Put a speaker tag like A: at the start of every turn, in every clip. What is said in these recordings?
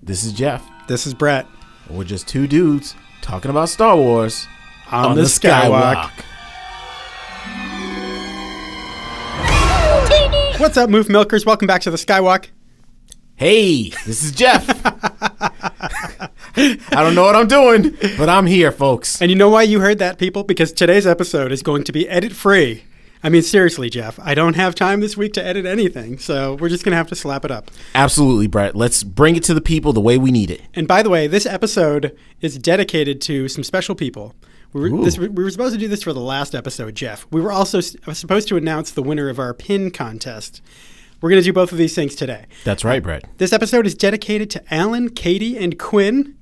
A: This is Jeff.
B: This is Brett
A: and We're just two dudes talking about Star Wars
B: on, the, Skywalk. What's up, Move Milkers? Welcome back to the Skywalk.
A: Hey, this is Jeff. I don't know what I'm doing, but I'm here, folks.
B: And you know why you heard that, people? Because today's episode is going to be edit free. I mean, seriously, Jeff, I don't have time this week to edit anything, so we're just going to have to slap it up.
A: Absolutely, Brett. Let's bring it to the people the way we need it.
B: And by the way, this episode is dedicated to some special people. We were, this, we were supposed to do this for the last episode, Jeff. We were also s- supposed to announce the winner of our pin contest. We're going to do both of these things today.
A: That's right, Brett.
B: This episode is dedicated to Alan, Katie, and Quinn.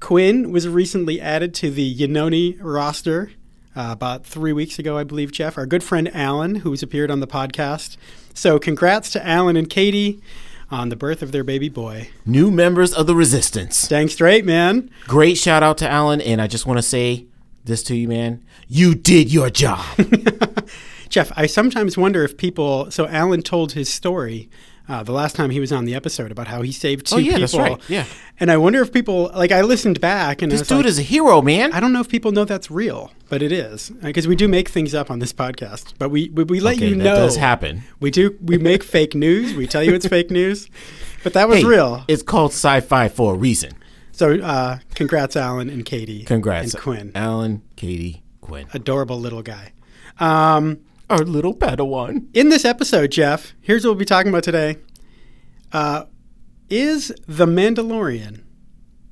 B: Quinn was recently added to the Yanoni roster uh, about three weeks ago, I believe, Jeff. Our good friend Alan, who's appeared on the podcast. So, congrats to Alan and Katie on the birth of their baby boy.
A: New members of the Resistance.
B: Dang straight, man.
A: Great shout out to Alan, and I just want to say this to you, man. You did your job.
B: Jeff, I sometimes wonder if people. So Alan told his story uh, the last time he was on the episode about how he saved two
A: Oh, yeah,
B: people.
A: that's right. Yeah.
B: and I wonder if people like I listened back and I
A: this
B: was like,
A: dude is a hero, man.
B: I don't know if people know that's real, but it is because we do make things up on this podcast. But we we, we let
A: Okay,
B: you
A: that
B: know
A: does happen.
B: We do we make fake news. We tell you it's fake news, but that was
A: Hey,
B: real.
A: It's called sci-fi for a reason.
B: So uh, congrats, Alan and Katie.
A: Congrats,
B: and Quinn.
A: Alan, Katie, Quinn,
B: Adorable little guy. Um,
A: our little Padawan.
B: in this episode, Jeff, here's what we'll be talking about today. Uh, is The Mandalorian,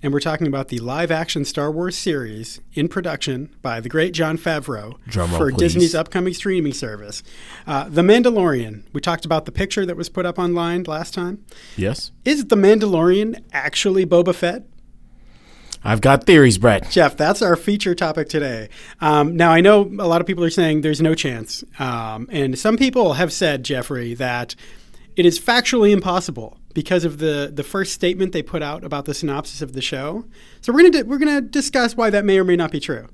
B: and we're talking about the live action Star Wars series in production by the great John Favreau
A: Drum roll,
B: for
A: please.
B: Disney's upcoming streaming service. Uh, the Mandalorian, we talked about the picture that was put up online last time.
A: Yes,
B: Is The Mandalorian actually Boba Fett?
A: I've got theories, Brett.
B: Jeff, that's our feature topic today. Um, now, I know a lot of people are saying there's no chance. Um, and some people have said, Jeffrey, that it is factually impossible because of the, the first statement they put out about the synopsis of the show. So we're going to we're gonna discuss why that may or may not be true.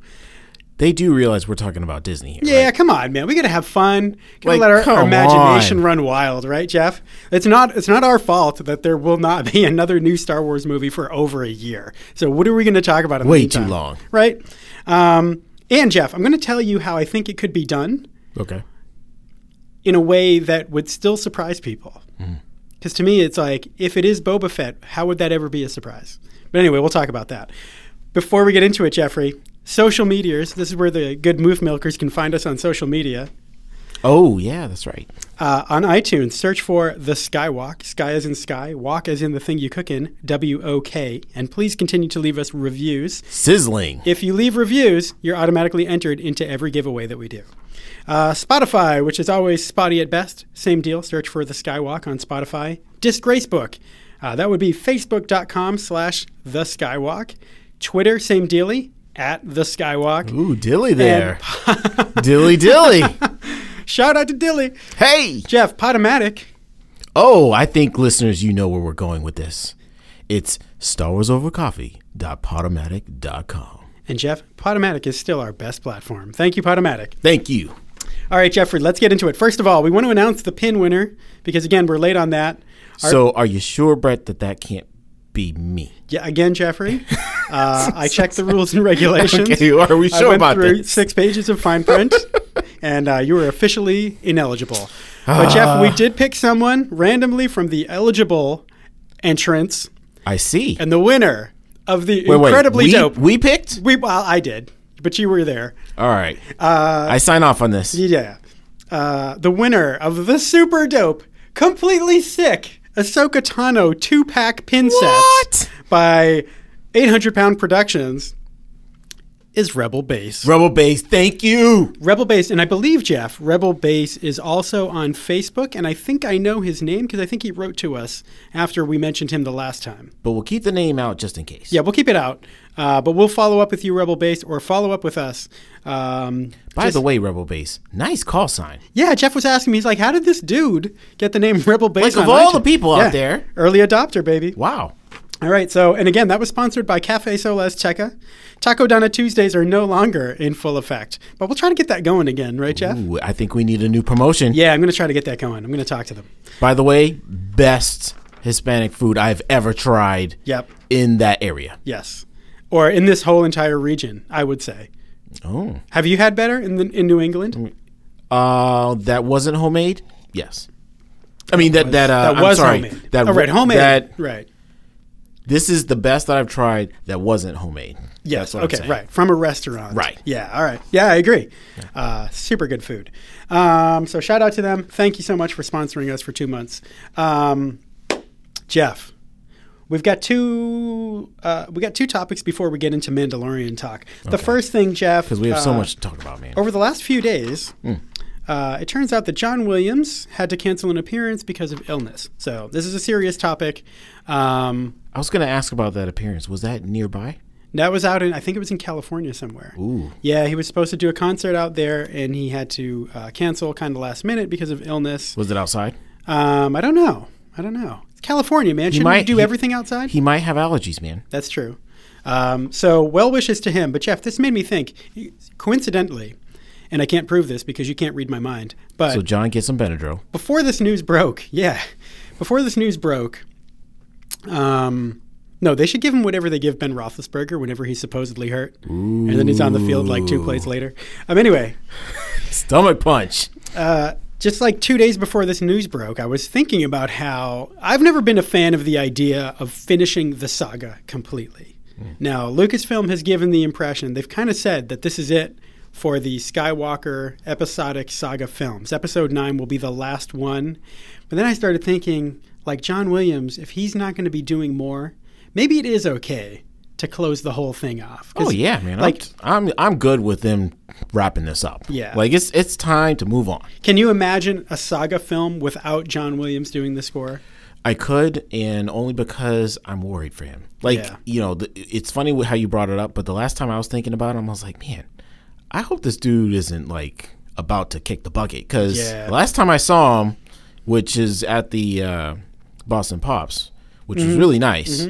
A: They do realize we're talking about Disney here.
B: Yeah, come on, man. We got to have fun. Got to
A: Like,
B: let our, our
A: come
B: imagination
A: on.
B: run wild, right, Jeff? It's not it's not our fault that there will not be another new Star Wars movie for over a year. So what are we going to talk about? In the
A: Way too
B: meantime?
A: long.
B: right? Um, and Jeff, I'm going to tell you how I think it could be done
A: Okay.
B: in a way that would still surprise people. Because to me, it's like if it is Boba Fett, how would that ever be a surprise? But anyway, we'll talk about that. Before we get into it, Jeffrey, social meteors. This is where the good move milkers can find us on social media.
A: Oh yeah, that's right.
B: Uh, on iTunes, search for The Skywalk. Sky as in sky, walk as in the thing you cook in, W O K. And please continue to leave us reviews.
A: Sizzling.
B: If you leave reviews, you're automatically entered into every giveaway that we do. Uh, Spotify, which is always spotty at best, same deal. Search for the Skywalk on Spotify. Disgracebook, uh, that would be facebook.com slash the Skywalk. Twitter, same dealy, at the Skywalk.
A: Ooh, dilly there. dilly dilly.
B: Shout out to Dilly.
A: Hey.
B: Jeff, Potomatic.
A: Oh, I think listeners, you know where we're going with this. It's Star Wars Over Coffee.podomatic.com.
B: And Jeff, Potomatic is still our best platform. Thank you, Potomatic.
A: Thank you.
B: All right, Jeffrey, let's get into it. First of all, we want to announce the pin winner because, again, we're late on that.
A: so, are you sure, Brett, that that can't be me?
B: Yeah, again, Jeffrey. Uh, I checked the rules and regulations.
A: Okay, are we
B: I
A: sure
B: went
A: about
B: through
A: this?
B: six pages of fine print, and uh, you were officially ineligible.
A: Ah.
B: But Jeff, we did pick someone randomly from the eligible entrance,
A: I see.
B: and the winner of the
A: Wait, wait,
B: incredibly
A: we,
B: dope.
A: We picked.
B: We, well, I did, but you were there.
A: All right. I sign off on this.
B: Yeah, uh, the winner of the super dope, completely sick Ahsoka Tano two pack pin sets
A: What?
B: by 800 Pound Productions is Rebel Base.
A: Rebel Base, thank you.
B: Rebel Base, and I believe Jeff Rebel Base is also on Facebook, and I think I know his name because I think he wrote to us after we mentioned him the last time.
A: But we'll keep the name out just in case.
B: Yeah, we'll keep it out, uh, but we'll follow up with you, Rebel Base, or follow up with us. Um,
A: By the way, Rebel Base, nice call sign.
B: Yeah, Jeff was asking me. He's like, "How did this dude get the name Rebel Base?"
A: Like, of
B: on
A: all
B: iTunes?"
A: the people out
B: Yeah,
A: there.
B: early adopter, baby.
A: Wow.
B: All right, so and again, that was sponsored by Cafe Sol Azteca. Taco Donna Tuesdays are no longer in full effect, but we'll try to get that going again, right, Jeff?
A: Ooh, I think we need a new promotion.
B: Yeah, I'm going to try to get that going. I'm going to talk to them.
A: By the way, best Hispanic food I've ever tried
B: Yep.
A: in that area.
B: Yes. Or in this whole entire region, I would say.
A: Oh.
B: Have you had better in the, in New England?
A: Uh, that wasn't homemade? Yes. I mean that that uh,
B: that was
A: I'm sorry,
B: homemade.
A: That
B: oh, right, homemade.
A: That
B: right.
A: this is the best that I've tried that wasn't homemade.
B: Yes.
A: what I'm
B: Okay.
A: saying.
B: Right. From a restaurant.
A: Right.
B: Yeah. All right. Yeah, I agree. Uh, super good food. Um, so shout out to them. Thank you so much for sponsoring us for two months. Um, Jeff, we've got two. Uh, we got two topics before we get into Mandalorian talk. The first thing, Jeff,
A: Because we have so Mm.
B: uh,
A: much to talk about, man.
B: Over the last few days, uh, it turns out that John Williams had to cancel an appearance because of illness. So this is a serious topic. Um,
A: I was gonna ask about that appearance. Was that nearby?
B: that was out in, I think it was in California somewhere.
A: Ooh.
B: Yeah, he was supposed to do a concert out there, and he had to uh, cancel kind of last minute because of illness.
A: Was it outside?
B: Um, I don't know. I don't know. It's California, man. Shouldn't we
A: might-
B: do
A: he-
B: everything outside?
A: He might have allergies, man.
B: That's true. Um, so, well wishes to him. But, Jeff, this made me think. Coincidentally, and I can't prove this because you can't read my mind, but
A: So John gets some Benadryl.
B: before this news broke, yeah, before this news broke, um, no, they should give him whatever they give Ben Roethlisberger whenever he's supposedly hurt, and then he's on the field like two plays later. Um, anyway,
A: Stomach punch.
B: uh, just like two days before this news broke, I was thinking about how I've never been a fan of the idea of finishing the saga completely.
A: Hmm.
B: Now, Lucasfilm has given the impression, they've kind of said that this is it for the Skywalker episodic saga films. Episode 9 will be the last one. But then I started thinking, like John Williams, if he's not going to be doing more, maybe it is okay to close the whole thing off. 'Cause,
A: Oh yeah, man.
B: Like,
A: Like I'm, I'm good with them wrapping this up.
B: Yeah.
A: Like it's it's time to move on.
B: can you imagine a saga film without John Williams doing the score?
A: I could, and only because I'm worried for him. Like
B: Yeah.
A: you know, the, it's funny with how you brought it up, but the last time I was thinking about him, I was like, man, I hope this dude isn't like about to kick the bucket because
B: Yeah.
A: last time I saw him, which is at the uh, Boston Pops, which was really nice.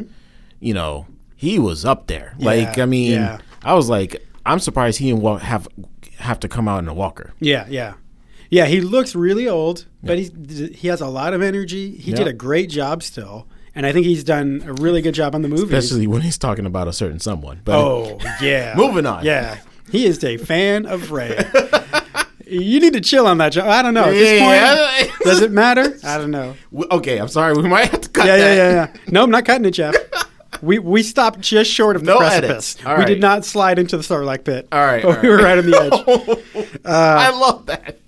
A: You know, he was up there. Like I mean,
B: yeah.
A: I was like, I'm surprised he didn't wa- have have to come out in a walker.
B: Yeah, yeah, yeah. He looks really old, but he's he has a lot of energy. He did
A: Yeah.
B: a great job still, and I think he's done a really good job on the movie.
A: Especially when he's talking about a certain someone. But
B: oh yeah.
A: Moving on.
B: Yeah, he is a fan of Ray. you need to chill on that. Job. I don't know. At this
A: Yeah.
B: point, does it matter? I don't know.
A: W- okay, I'm sorry. We might have to cut
B: Yeah, yeah,
A: that.
B: yeah, yeah. No, I'm not cutting it, Jeff. We, we stopped just short of the
A: No
B: precipice.
A: edits. All
B: we did
A: right.
B: not slide into the Sarlacc pit.
A: All right,
B: But
A: all
B: we were
A: right.
B: right on the edge.
A: Oh.
B: Uh,
A: I love that.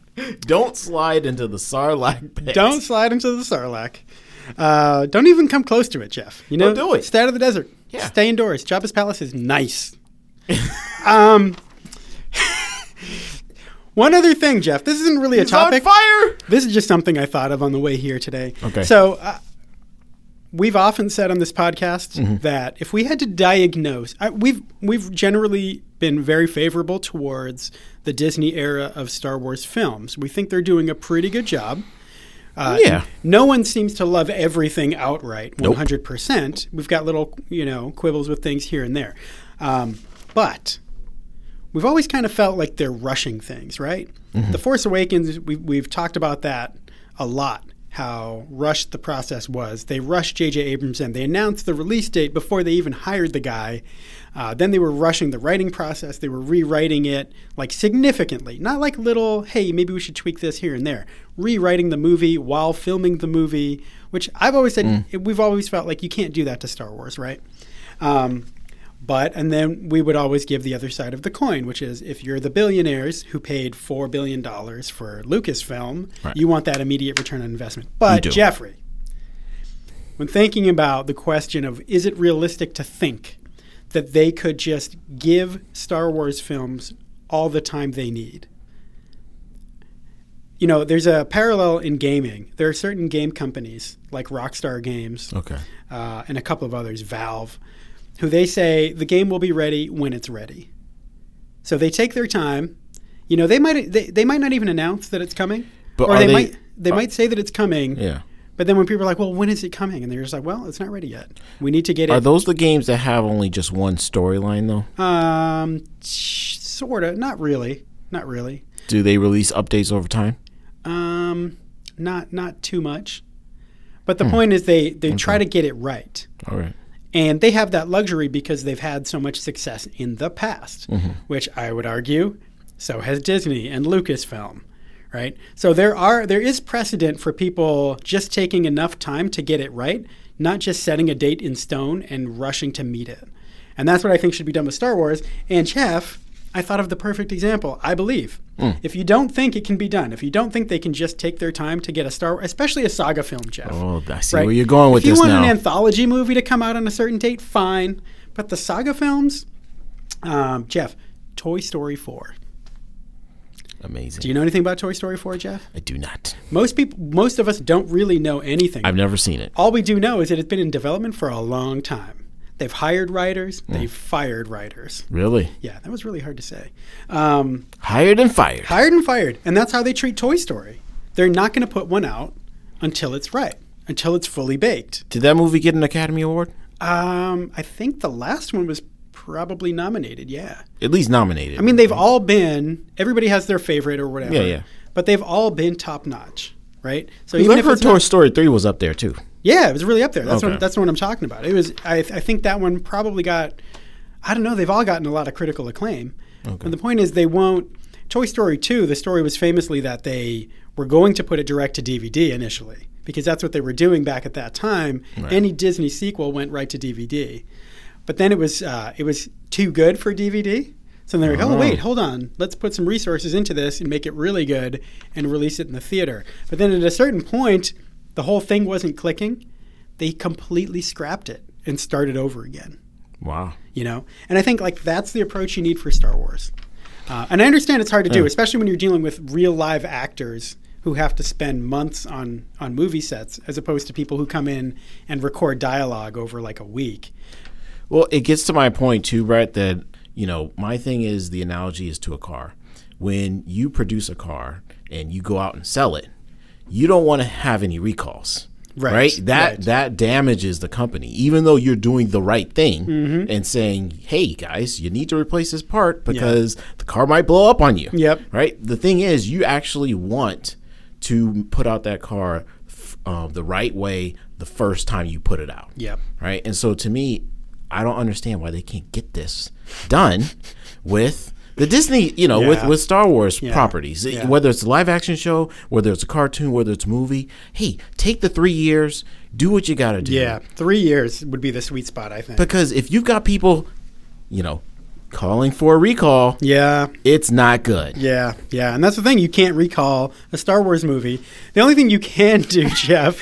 A: Don't slide into the sarlacc pit.
B: Don't slide into the Sarlacc. Uh, don't even come close to it, Jeff. You know,
A: Don't do it.
B: Stay out of the desert.
A: Yeah.
B: Stay indoors. Jabba's palace is nice. um, one other thing, Jeff. This isn't really a
A: It's on
B: topic.
A: fire.
B: This is just something I thought of on the way here today.
A: Okay.
B: So, uh, we've often said on this podcast
A: Mm-hmm.
B: that if we had to diagnose, I, we've we've generally been very favorable towards the Disney era of Star Wars films. We think they're doing a pretty good job. Uh,
A: Yeah.
B: No one seems to love everything outright,
A: Nope.
B: 100%. We've got little, you know, quibbles with things here and there. Um, but we've always kind of felt like they're rushing things, right? The Force Awakens, we, we've talked about that a lot. How rushed the process was. They rushed J.J. Abrams in. They announced the release date before they even hired the guy. Uh, then they were rushing the writing process. They were rewriting it like significantly, not like little, hey, maybe we should tweak this here and there. Rewriting the movie while filming the movie, which I've always said, we've always felt like you can't do that to Star Wars, right? Um, but and then we would always give the other side of the coin, which is if you're the billionaires who paid four billion dollars for Lucasfilm,
A: Right.
B: you want that immediate return on investment. But
A: do.
B: Jeffrey, when thinking about the question of is it realistic to think that they could just give Star Wars films all the time they need? You know, there's a parallel in gaming. There are certain game companies like Rockstar Games
A: Okay.
B: uh, and a couple of others, Valve, who they say the game will be ready when it's ready. So they take their time. You know, they might they, they might not even announce that it's coming,
A: But
B: or
A: are
B: they,
A: they-
B: might they might say that it's coming.
A: Yeah.
B: But then when people are like, "Well, when is it coming?" and they're just like, "Well, it's not ready yet. We need to get
A: Are
B: it."
A: those the games that have only just one storyline though?
B: um, sort of, not really, not really.
A: Do they release updates over time?
B: Um, not not too much. But
A: Hmm.
B: the point is, they they try to get it right.
A: All right.
B: And they have that luxury because they've had so much success in the past, which I would argue so has Disney and Lucasfilm, right? So there are there is precedent for people just taking enough time to get it right, not just setting a date in stone and rushing to meet it. And that's what I think should be done with Star Wars. And Jeff, I thought of the perfect example, I believe. If you don't think it can be done, if you don't think they can just take their time to get a Star especially a saga film, Jeff.
A: Oh, I see
B: Right.
A: where you're going with
B: if you
A: this
B: want
A: now.
B: an anthology movie to come out on a certain date, fine. But the saga films, um, Jeff, Toy Story 4.
A: Amazing.
B: Do you know anything about Toy Story 4, Jeff?
A: I do not.
B: Most people, most of us don't really know anything.
A: I've never seen it.
B: All we do know is that it's been in development for a long time. They've hired writers,
A: Hmm.
B: they've fired writers.
A: Really?
B: Yeah, that was really hard to say. Um,
A: Hired and fired.
B: hired and fired, and that's how they treat Toy Story. They're not going to put one out until it's right, until it's fully baked.
A: Did that movie get an Academy Award?
B: Um, I think the last one was probably nominated. Yeah,
A: At least nominated.
B: I mean they've all been. Everybody has their favorite or whatever.
A: Yeah, yeah.
B: But they've all been top notch, right? So
A: Because I've
B: if
A: heard
B: it's not-
A: Toy Story 3 was up there too.
B: yeah, it was really up there. That's
A: Okay.
B: what that's what I'm talking about. It was. I, I think that one probably got. I don't know. They've all gotten a lot of critical acclaim. And the point is, they won't. Toy Story 2, the story was famously that they were going to put it direct to DVD initially because that's what they were doing back at that time. Any Disney sequel went right to DVD. But then it was uh, it was too good for DVD. So they're like, oh, wait, hold on. Let's put some resources into this and make it really good and release it in the theater. But then at a certain point, the whole thing wasn't clicking. They completely scrapped it and started over again
A: Wow.
B: you know and i think like that's the approach you need for star wars uh, and i understand it's hard to do especially when you're dealing with real live actors who have to spend months on on movie sets as opposed to people who come in and record dialogue over like a week
A: Well, it gets to my point too, Brett, that, you know, my thing is the analogy is to a car. When you produce a car and you go out and sell it, you don't want to have any recalls.
B: Right,
A: That
B: right.
A: that damages the company. Even though you're doing the right thing
B: Mm-hmm.
A: and saying, "Hey guys, you need to replace this part because the car might blow up on you."
B: Yep.
A: Right? The thing is, you actually want to put out that car f- um, the right way the first time you put it out
B: Yep.
A: right? And so to me, I don't understand why they can't get this done with the Disney, you know, with
B: Yeah.
A: with Star Wars properties,
B: Yeah.
A: whether it's a live action show, whether it's a cartoon, whether it's a movie. Hey, take the three years, do what you got to do.
B: yeah three years would be the sweet spot i think
A: Because if you've got people, you know, calling for a recall,
B: yeah
A: it's not good.
B: yeah yeah and that's the thing you can't recall a star wars movie the only thing you can do jeff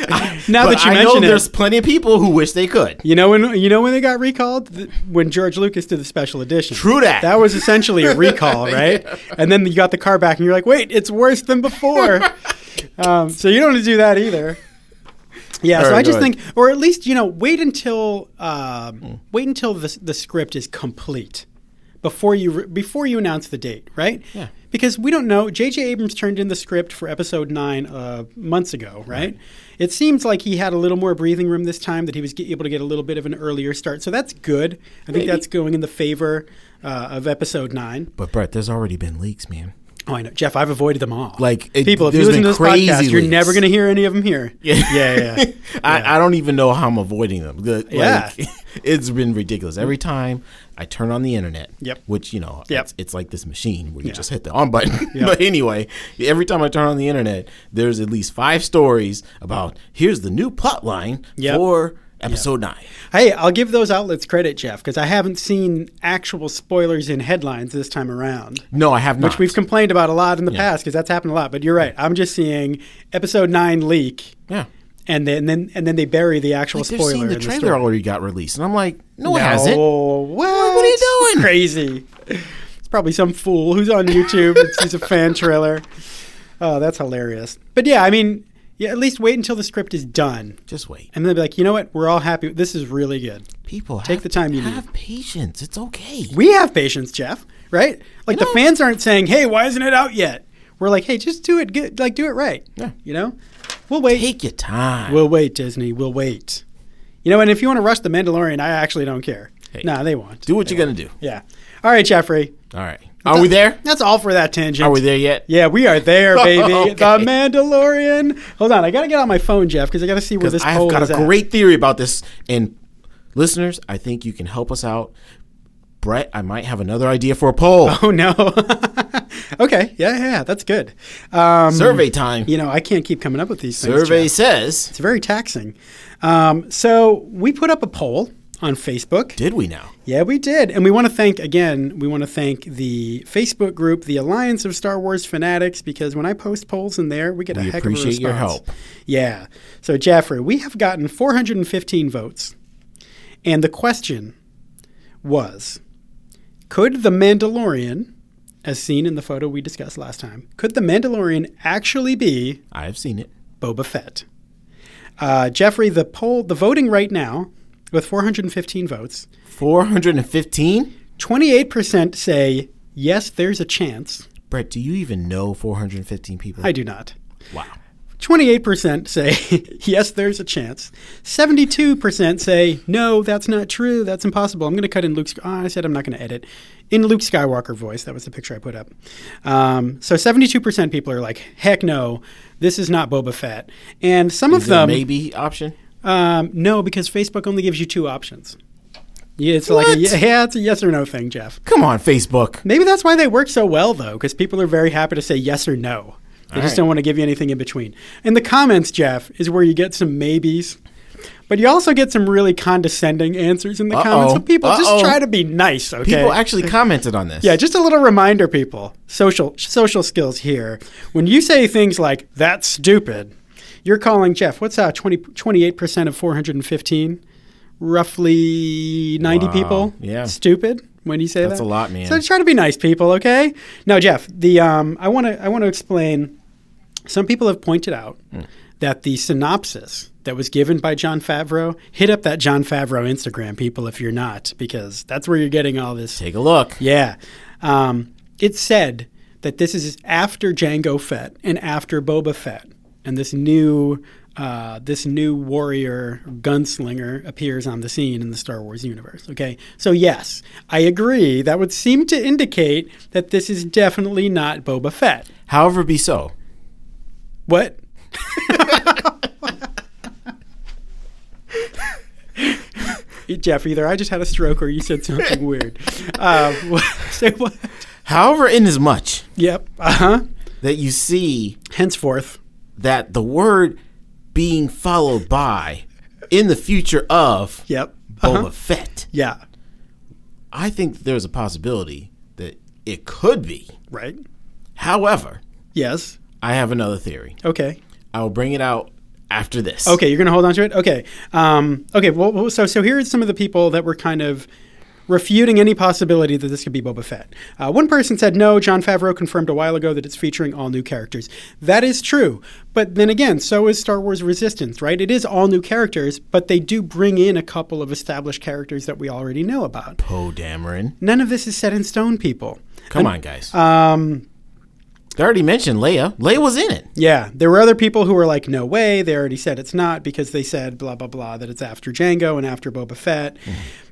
B: now
A: But
B: that you
A: I know
B: mention it
A: there's plenty of people who wish they could.
B: You know when you know when they got recalled Th- when George Lucas did the special edition.
A: True that.
B: That was essentially a recall, right? And then you got the car back, and you're like, wait, it's worse than before. um, so you don't want to do that either. Yeah. so
A: right,
B: I just
A: go ahead.
B: think, or at least you know, wait until um,
A: Hmm.
B: wait until the the script is complete before you re- before you announce the date, right?
A: Yeah.
B: Because we don't know. J.J. Abrams turned in the script for episode nine uh, months ago, right? It seems like he had a little more breathing room this time, that he was ge- able to get a little bit of an earlier start. So that's good. I think that's going in the favor uh, of episode nine.
A: But Brett, there's already been leaks, man.
B: Oh, I know. Jeff, I've avoided them all.
A: Like, it-
B: people, if you
A: there's
B: listen to
A: been
B: this
A: crazy
B: podcast, you're
A: leaks.
B: never going to hear any of them here. Yeah. Yeah. Yeah.
A: I, I don't even know how I'm avoiding them. The- like,
B: Yeah. Mm.
A: it's been ridiculous. Every time I turn on the internet,
B: Yep.
A: which, you know,
B: Yep.
A: it's, it's like this machine where you just hit the on button. but anyway, every time I turn on the internet, there's at least five stories about here's the new plot line
B: Yep.
A: for episode nine.
B: Hey, I'll give those outlets credit, Jeff, because I haven't seen actual spoilers in headlines this time around.
A: No, I have not.
B: Which we've complained about a lot in the past because that's happened a lot. But you're right. I'm just seeing episode nine leak,
A: yeah.
B: and then and then and then they bury the actual
A: They're
B: spoiler.
A: seeing the
B: in
A: trailer
B: story.
A: already got released. And I'm like, no, it
B: No,
A: hasn't.
B: What?
A: What are you doing?
B: Crazy. It's probably some fool who's on YouTube and sees a fan trailer. Oh, that's hilarious. But yeah, I mean, yeah, at least wait until the script is done,
A: Just wait.
B: and then be like, you know what? We're all happy. This is really good.
A: People
B: Take
A: have
B: the
A: to
B: time you need.
A: Have patience. It's okay.
B: we have patience, Jeff, right? Like the fans aren't saying, "Hey, why isn't it out yet?" We're like, "Hey, just do it good. Like do it right."
A: Yeah.
B: You know? We'll wait.
A: Take your time.
B: we'll wait, Disney. We'll wait. You know, and if you want to rush the Mandalorian, I actually don't care.
A: Hey.
B: Nah, they won't.
A: do what you're going to do.
B: Yeah. All right, Jeffrey.
A: All right. Are we there?
B: That's all for that tangent.
A: Are we there yet?
B: Yeah, we are there, baby.
A: Okay.
B: The Mandalorian. Hold on, I gotta get on my phone, Jeff, because I gotta see where this
A: I've
B: poll
A: got
B: is
A: a
B: at.
A: great theory about this. And listeners, I think you can help us out. Brett, I might have another idea for a poll.
B: Oh no. okay, yeah, yeah, that's good. Um,
A: Survey time.
B: You know, I can't keep coming up with these things.
A: Survey
B: Jeff.
A: says,
B: It's very taxing. Um, so we put up a poll on Facebook.
A: did we now?
B: Yeah, we did. And we want to thank, again, we want to thank the Facebook group, the Alliance of Star Wars Fanatics, because when I post polls in there, we get a
A: We
B: heck of a
A: appreciate
B: response.
A: your help.
B: Yeah. So, Jeffrey, we have gotten 415 votes. And the question was Could the Mandalorian, as seen in the photo we discussed last time, could the Mandalorian actually be
A: I've seen it.
B: Boba Fett. Uh, Jeffrey, the poll, the voting right now, with 415 votes,
A: 415?
B: 28% say yes, there's a chance.
A: Brett, do you even know 415 people?
B: I do not.
A: wow.
B: 28% say yes, there's a chance. 72% say no, that's not true. That's impossible. I'm going to cut in Luke's. Oh, I said I'm not going to edit. In Luke Skywalker voice, that was the picture I put up. Um, so 72% people are like, heck no, this is not Boba Fett. And some of
A: Is there a
B: them.
A: maybe option?
B: Um, no, because Facebook only gives you two options. Yeah, it's like
A: What?
B: a, yeah, it's a yes or no thing, Jeff.
A: Come on, Facebook.
B: Maybe that's why they work so well though, because people are very happy to say yes or no. They just
A: right.
B: don't want to give you anything in between. And the comments, Jeff, is where you get some maybes, but you also get some really condescending answers in the comments. So
A: Uh-oh.
B: people just
A: Uh-oh.
B: try to be nice, okay?
A: People actually commented on this.
B: Yeah, just a little reminder, people. Social social skills here. When you say things like "that's stupid," you're calling Jeff. What's that? 28 percent of four hundred and fifteen, roughly ninety
A: Wow,
B: people.
A: yeah.
B: stupid. When you say
A: That's a
B: that?
A: lot, man.
B: So try to be nice, people. Okay. Now, Jeff, the um, I want to I want to explain. Some people have pointed out
A: Hmm.
B: that the synopsis that was given by John Favreau hit up that John Favreau Instagram, people, if you're not, because that's where you're getting all this
A: Take a look.
B: yeah. Um, it said that this is after Django Fett and after Boba Fett, and this new uh, this new warrior gunslinger appears on the scene in the Star Wars universe. Okay, so yes, I agree. That would seem to indicate that this is definitely not Boba Fett.
A: However, be so.
B: What? Jeff, either I just had a stroke or you said something weird. Uh, what, say what?
A: However, in as much
B: Yep. Uh huh.
A: that you see
B: Henceforth.
A: that the word being followed by in the future of
B: Yep.
A: Boba Fett,
B: Yeah.
A: I think there's a possibility that it could be.
B: Right.
A: However,
B: Yes.
A: I have another theory.
B: Okay.
A: I will bring it out after this.
B: Okay. You're gonna hold on to it. Okay. Um, okay. Well. well, So so here are some of the people that were kind of refuting any possibility that this could be Boba Fett. Uh, one person said no. John Favreau confirmed a while ago that it's featuring all new characters. That is true. But then again, so is Star Wars Resistance. Right. It is all new characters, but they do bring in a couple of established characters that we already know about.
A: Poe Dameron.
B: None of this is set in stone, people.
A: Come on, guys. Um, they already mentioned Leia. Leia was in it.
B: Yeah, there were other people who were like, "No way!" They already said it's not because they said blah blah blah that it's after Django and after Boba Fett.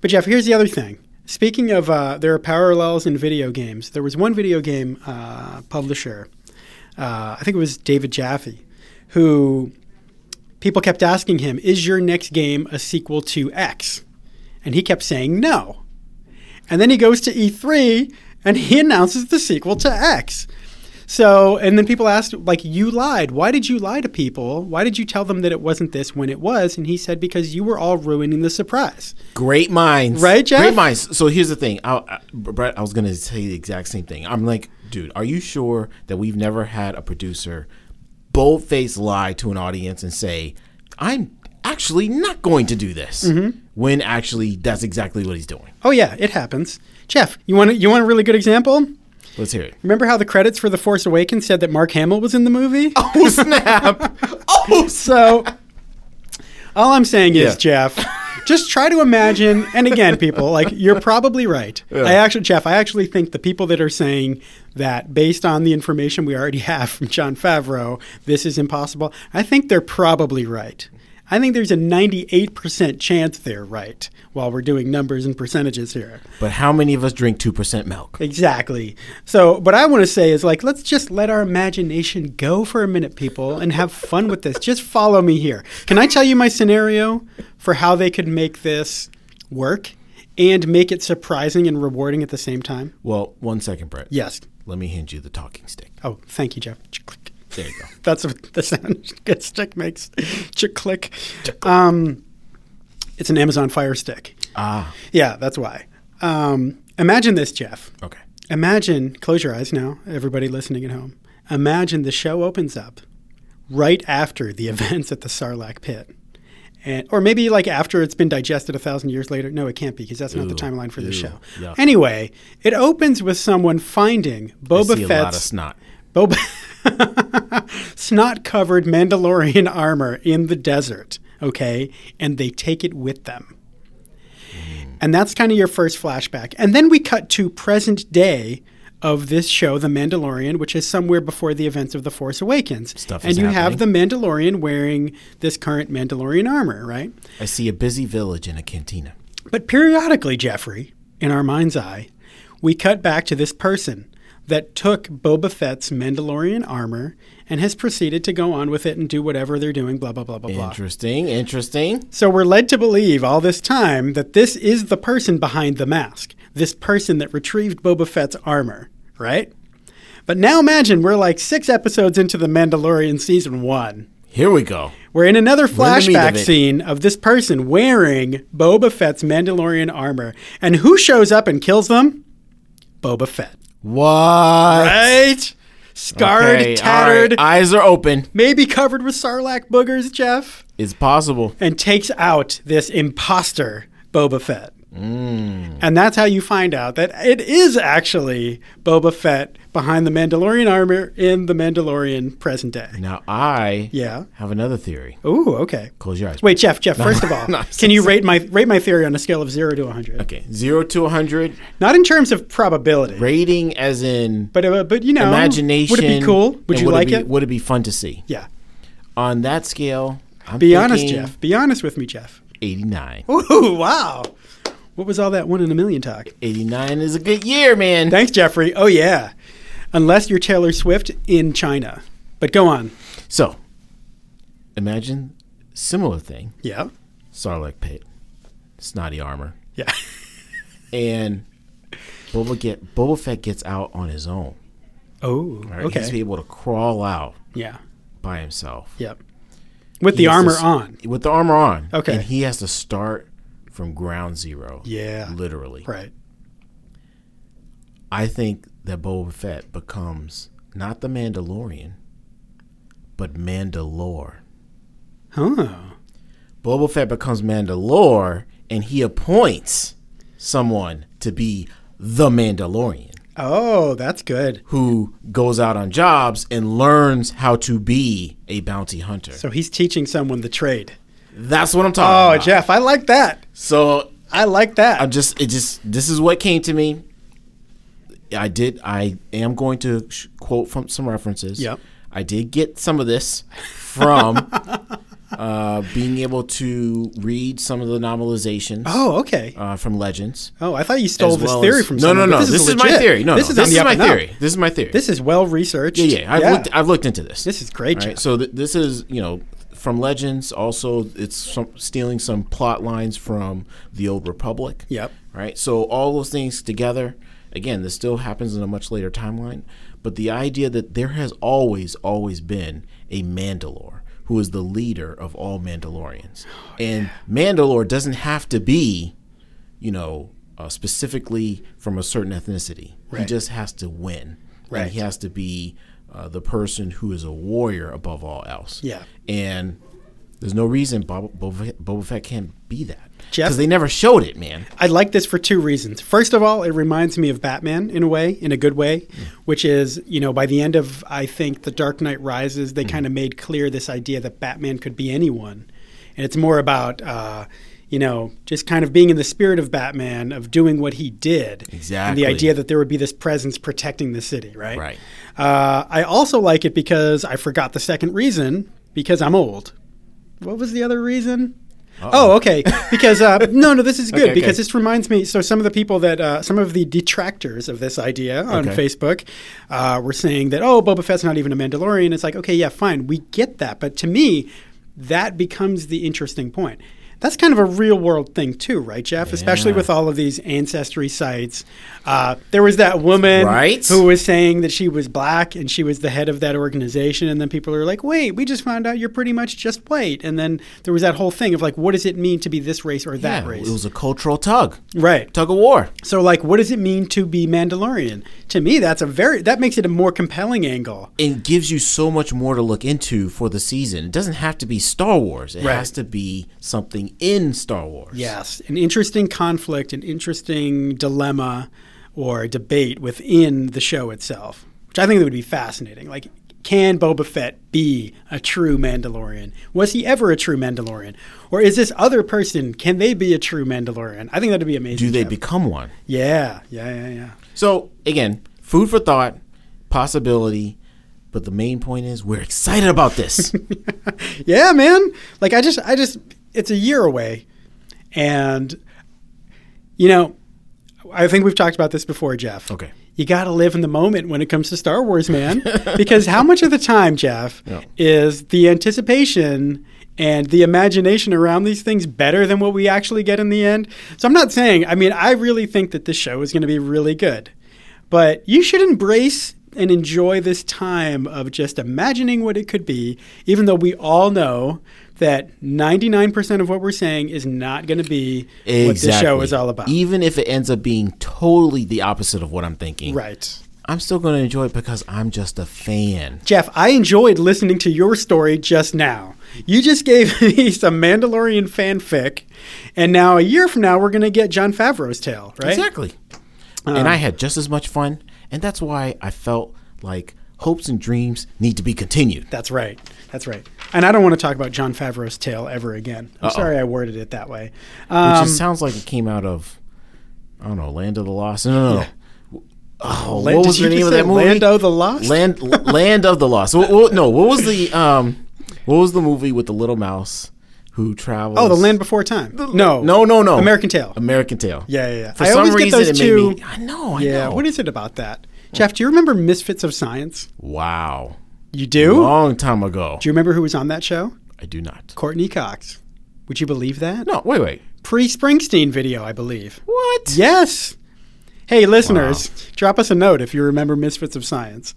B: But Jeff, here's the other thing. Speaking of, uh, there are parallels in video games. There was one video game uh, publisher, uh, I think it was David Jaffe, who people kept asking him, "Is your next game a sequel to X?" And he kept saying no. And then he goes to E3 and he announces the sequel to X. So, and then people asked, like, you lied. Why did you lie to people? Why did you tell them that it wasn't this when it was? And he said, because you were all ruining the surprise.
A: Great minds,
B: Right, Jeff?
A: Great minds. So here's the thing, I, I, Brett. I was gonna say the exact same thing. I'm like, dude, are you sure that we've never had a producer boldface lie to an audience and say, "I'm actually not going to do this,"
B: Mm-hmm.
A: when actually that's exactly what he's doing?
B: Oh, yeah, it happens. Jeff, you want, a, you want a really good example?
A: Let's hear it.
B: Remember how the credits for The Force Awakens said that Mark Hamill was in the movie?
A: Oh snap! oh, s-
B: So, all I'm saying is,
A: Yeah.
B: Jeff, just try to imagine. And again, people, like you're probably right. I actually, Jeff, I actually think the people that are saying that based on the information we already have from John Favreau, this is impossible. I think they're probably right. I think there's a 98% chance they're right while we're doing numbers and percentages here.
A: But how many of us drink 2% milk?
B: Exactly. So, what I want to say is like, let's just let our imagination go for a minute, people, and have fun with this. Just follow me here. Can I tell you my scenario for how they could make this work and make it surprising and rewarding at the same time?
A: Well, one second, Brett.
B: Yes.
A: Let me hand you the talking stick.
B: Oh, thank you, Jeff. Click.
A: There you go.
B: That's what the sound a good stick makes. Chick click. Um, it's an Amazon Fire Stick.
A: Ah,
B: Yeah, that's why. Um, imagine this, Jeff.
A: okay.
B: Imagine, close your eyes now, everybody listening at home. Imagine the show opens up right after the events at the Sarlacc pit. And, or maybe like after it's been digested a thousand years later. No, it can't be because that's not the
A: Ooh,
B: timeline for the
A: ew,
B: show.
A: yuck.
B: Anyway, it opens with someone finding Boba
A: I see a lot of
B: Fett's
A: snot.
B: Boba snot covered Mandalorian armor in the desert, okay? And they take it with them.
A: Mm.
B: And that's kind of your first flashback. And then we cut to present day of this show, The Mandalorian, which is somewhere before the events of The Force Awakens.
A: Stuff
B: and
A: is
B: you have the Mandalorian wearing this current Mandalorian armor, right?
A: I see a busy village and a cantina.
B: But periodically, Jeffrey, in our mind's eye, we cut back to this person that took Boba Fett's Mandalorian armor and has proceeded to go on with it and do whatever they're doing, blah, blah, blah, blah, blah.
A: Interesting, interesting.
B: So we're led to believe all this time that this is the person behind the mask, this person that retrieved Boba Fett's armor, right? But now imagine we're like six episodes into The Mandalorian season one.
A: Here we go.
B: We're in another
A: the meat of
B: flashback
A: it.
B: scene of this person wearing Boba Fett's Mandalorian armor. And who shows up and kills them? Boba Fett.
A: What?
B: Right? Scarred,
A: Okay, all
B: tattered,
A: right. Eyes are open.
B: maybe covered with sarlacc boogers, Jeff,
A: It's possible.
B: and takes out this imposter, Boba Fett.
A: Mm.
B: And that's how you find out that it is actually Boba Fett behind the Mandalorian armor in the Mandalorian present day.
A: Now I
B: Yeah.
A: have another theory.
B: Ooh, okay.
A: Close your eyes.
B: Wait, Jeff, Jeff, first of all,
A: no, I'm
B: can you rate my rate my theory on a scale of 0 to 100?
A: Okay. Zero to 100.
B: Not in terms of probability,
A: Rating as in
B: but uh, but you know,
A: imagination.
B: Would it be cool? Would
A: and
B: you like
A: be,
B: it?
A: Would it be fun to see?
B: yeah.
A: On that scale, I'm
B: Be honest,
A: thinking
B: Jeff. Be honest with me, Jeff.
A: 89.
B: Ooh, wow. What was all that one in a million talk?
A: 89 is a good year, man.
B: Thanks, Jeffrey. Oh yeah. Unless you're Taylor Swift in China. But go on.
A: So, imagine similar thing.
B: Yeah.
A: Sarlacc pit, snotty armor,
B: Yeah.
A: and Boba get Boba Fett gets out on his own.
B: Oh,
A: Right? He's
B: okay.
A: able to crawl out
B: Yeah.
A: by himself.
B: Yep. With
A: He
B: the
A: has to
B: armor
A: s-
B: on.
A: With the armor on.
B: Okay.
A: And he has to start from ground zero.
B: Yeah.
A: Literally.
B: Right.
A: I think that Boba Fett becomes not the Mandalorian, but Mandalore.
B: Oh.
A: Boba Fett becomes Mandalore, and he appoints someone to be the Mandalorian
B: Oh, that's good.
A: who goes out on jobs and learns how to be a bounty hunter.
B: So he's teaching someone the trade.
A: That's what I'm
B: Oh,
A: talking about.
B: Jeff, I like that.
A: So
B: I like that.
A: I'm just it just this is what came to me. I did I am going to sh- quote from some references.
B: Yep.
A: I did get some of this from uh, being able to read some of the novelizations
B: oh, okay.
A: uh, from Legends.
B: Oh, I thought you stole
A: as
B: this
A: well
B: theory
A: as-
B: from
A: no,
B: someone.
A: No, no,
B: but
A: no. This, is, my
B: legit.
A: theory. No,
B: this
A: no.
B: is, on
A: this
B: the
A: is
B: up
A: my
B: and up.
A: theory. This is my theory.
B: This is well researched.
A: yeah, yeah. I've looked. I've looked into this.
B: this is great,
A: All
B: Jeff.
A: right, so th- this is you know from Legends. Also, it's some, stealing some plot lines from the Old Republic.
B: Yep.
A: Right. So all those things together. Again, this still happens in a much later timeline, but the idea that there has always, always been a Mandalore who is the leader of all Mandalorians,
B: Oh,
A: and Mandalore doesn't have to be, you know, uh, specifically from a certain ethnicity. He
B: Right.
A: just has to win.
B: Right.
A: And he has to be uh, the person who is a warrior above all else.
B: Yeah.
A: And there's no reason Boba, Boba, Fett- Boba Fett can't be that.
B: Jeff?
A: Because they never showed it, man.
B: I like this for two reasons. First of all, it reminds me of Batman in a way, in a good way, which is, you know, by the end of, I think, The Dark Knight Rises, they
A: Mm-hmm.
B: kind of made clear this idea that Batman could be anyone. And it's more about, uh, you know, just kind of being in the spirit of Batman, of doing what he did. And
A: Exactly.
B: the idea that there would be this presence protecting the city, right?
A: Right.
B: Uh, I also like it because I forgot the second reason because I'm old. what was the other reason? Oh, okay. Because uh, no, no, this is good
A: Okay, okay.
B: because this reminds me. So some of the people that uh, some of the detractors of this idea on
A: Okay.
B: Facebook uh, were saying that oh, Boba Fett's not even a Mandalorian. It's like okay, yeah, fine, we get that, but to me, that becomes the interesting point. That's kind of a real world thing too, right, Jeff? Especially
A: Yeah.
B: with all of these ancestry sites. Uh, there was that woman
A: Right?
B: who was saying that she was black and she was the head of that organization. And then people are like, wait, we just found out you're pretty much just white. And then there was that whole thing of like, what does it mean to be this race or that
A: Yeah,
B: race?
A: It was a cultural tug,
B: right.
A: tug of war.
B: So, like, what does it mean to be Mandalorian? To me, that's a very, that makes it a more compelling angle.
A: It gives you so much more to look into for the season. It doesn't have to be Star Wars. It
B: Right.
A: has to be something in Star Wars.
B: Yes. An interesting conflict, an interesting dilemma or debate within the show itself, which I think would be fascinating. Like, can Boba Fett be a true Mandalorian? Was he ever a true Mandalorian? Or is this other person, can they be a true Mandalorian? I think that'd be amazing.
A: Do they
B: Jeff.
A: become one?
B: Yeah, yeah, yeah, yeah.
A: So again, food for thought, possibility, but the main point is we're excited about this.
B: yeah, man. Like I just, I just, it's a year away, and you know, I think we've talked about this before, Jeff.
A: Okay.
B: You got to live in the moment when it comes to Star Wars, man. because how much of the time, Jeff,
A: Yeah.
B: is the anticipation and the imagination around these things better than what we actually get in the end? So I'm not saying, I mean, I really think that this show is going to be really good, but you should embrace and enjoy this time of just imagining what it could be, even though we all know that 99% of what we're saying is not going to be what the show is all about.
A: Even if it ends up being totally the opposite of what I'm thinking,
B: right.
A: I'm still going to enjoy it because I'm just a fan.
B: Jeff, I enjoyed listening to your story just now. You just gave me some Mandalorian fanfic, and now a year from now, we're going to get John Favreau's tale, right?
A: Exactly. and
B: Um,
A: I had just as much fun, and that's why I felt like hopes and dreams need to be continued.
B: That's right. That's right. And I don't want to talk about John Favreau's tale ever again. I'm sorry I worded it that way. Um,
A: Which just sounds like it came out of, I don't know, Land of the Lost. No, no, no. Oh,
B: Land-
A: what
B: did
A: was
B: you
A: the name
B: just
A: of
B: say
A: that movie?
B: Lando the Lost?
A: Land, Land of the Lost. Wha- wha- no, what was the um, what was the movie with the little mouse who travels?
B: oh, The Land Before Time. No.
A: No, no, no.
B: American Tale.
A: American Tale.
B: Yeah, yeah, yeah.
A: For
B: I
A: some
B: always get
A: reason,
B: those
A: it
B: two-
A: made me. I know. I
B: yeah.
A: know.
B: What is it about that? Jeff, do you remember Misfits of Science?
A: Wow.
B: You do?
A: Long time ago.
B: Do you remember who was on that show?
A: I do not.
B: Courtney Cox. Would you believe that?
A: No, wait, wait.
B: Pre Springsteen video, I believe.
A: What?
B: Yes. Hey, listeners, drop us a note if you remember Misfits of Science.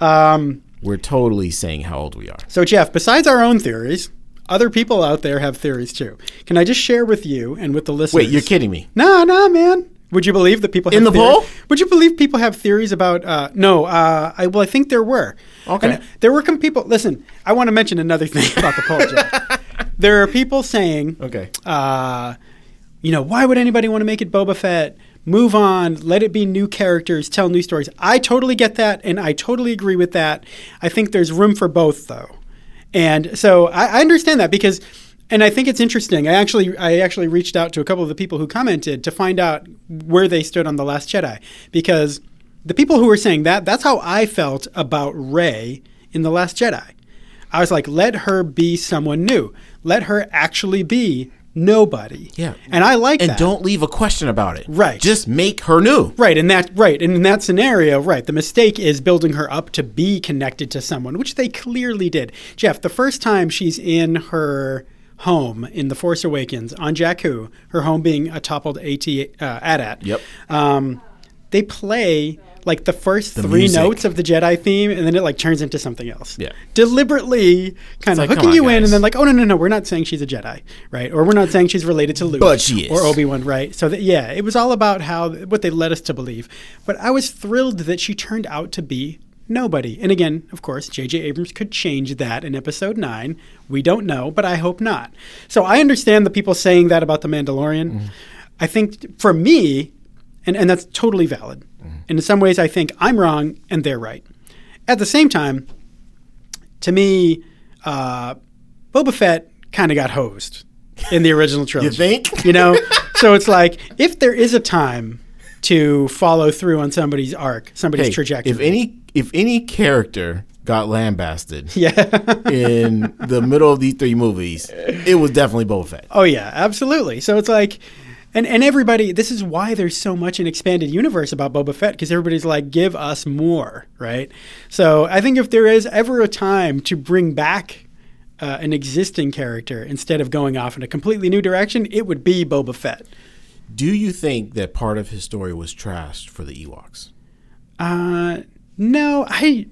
B: Um,
A: We're totally saying how old we are.
B: so, Jeff, besides our own theories, other people out there have theories too. Can I just share with you and with the listeners?
A: Wait, you're kidding me.
B: No, no, man. Would you believe that people have
A: In the
B: theory-
A: poll?
B: Would you believe people have theories about? Uh, no, uh, I well, I think there were.
A: Okay.
B: And there were some people. Listen, I want to mention another thing about the poll. Jeff. There are people saying,
A: Okay.
B: uh, you know, why would anybody want to make it Boba Fett? Move on, let it be new characters, tell new stories. I totally get that, and I totally agree with that. I think there's room for both, though, and so I, I understand that because, and I think it's interesting. I actually, I actually reached out to a couple of the people who commented to find out where they stood on the Last Jedi because the people who were saying that, that's how I felt about Rey in the Last Jedi. I was like, let her be someone new. Let her actually be nobody.
A: Yeah.
B: And I like
A: And
B: that.
A: don't leave a question about it.
B: Right.
A: Just make her new.
B: Right, and that right, and in that scenario, right, the mistake is building her up to be connected to someone, which they clearly did. Jeff, the first time she's in her home in The Force Awakens on Jakku, her home being a toppled AT uh, AT-AT.
A: Yep.
B: Um, they play like the first three
A: music.
B: notes of the Jedi theme, and then it like turns into something else.
A: Yeah.
B: Deliberately, kind of
A: like,
B: hooking
A: come on,
B: you in, and
A: guys.
B: then like, oh no, no, no, we're not saying she's a Jedi, right? Or we're not saying she's related to Luke,
A: But she is.
B: or Obi Obi-Wan, right? So that, yeah, it was all about how what they led us to believe. But I was thrilled that she turned out to be nobody. And again, of course, J.J. Abrams could change that in Episode Nine. We don't know, but I hope not. So I understand the people saying that about the Mandalorian.
A: Mm-hmm.
B: I think for me, and and that's totally valid.
A: Mm-hmm.
B: And in some ways, I think I'm wrong and they're right. At the same time, to me, uh, Boba Fett kind of got hosed in the original trilogy.
A: think?
B: You know, so it's like if there is a time to follow through on somebody's arc, somebody's
A: Hey,
B: trajectory.
A: If any if any character got lambasted
B: Yeah.
A: in the middle of these three movies, it was definitely Boba Fett.
B: Oh yeah, absolutely. So it's like, and and everybody, this is why there's so much an expanded universe about Boba Fett because everybody's like, give us more, right? So I think if there is ever a time to bring back uh, an existing character instead of going off in a completely new direction, it would be Boba Fett.
A: Do you think that part of his story was trashed for the Ewoks?
B: Uh, no, I.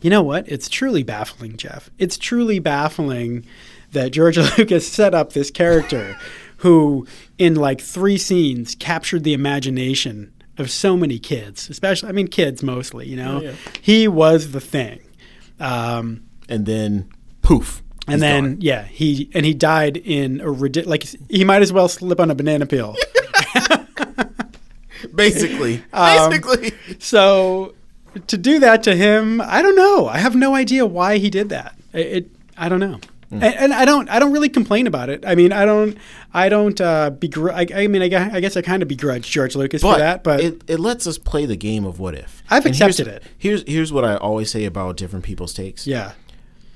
B: You know what? It's truly baffling, Jeff. It's truly baffling that George Lucas set up this character who, in like three scenes, captured the imagination of so many kids, especially, I mean, kids mostly, you
A: Oh,
B: know? He was the thing. Um,
A: And then poof.
B: and
A: he's
B: then,
A: gone.
B: yeah, he and he died in a ridiculous, like, he might as well slip on a banana peel.
A: basically,
B: Um,
A: basically,
B: So to do that to him, I don't know. I have no idea why he did that. It, it I don't know.
A: Hmm.
B: And, and I don't, I don't really complain about it. I mean, I don't, I don't uh, begr- I, I mean, I, gu- I guess I kind of begrudge George Lucas
A: but
B: for that, but
A: it, it lets us play the game of what if.
B: I've
A: And here's-
B: accepted it.
A: Here's here's what I always say about different people's takes.
B: yeah,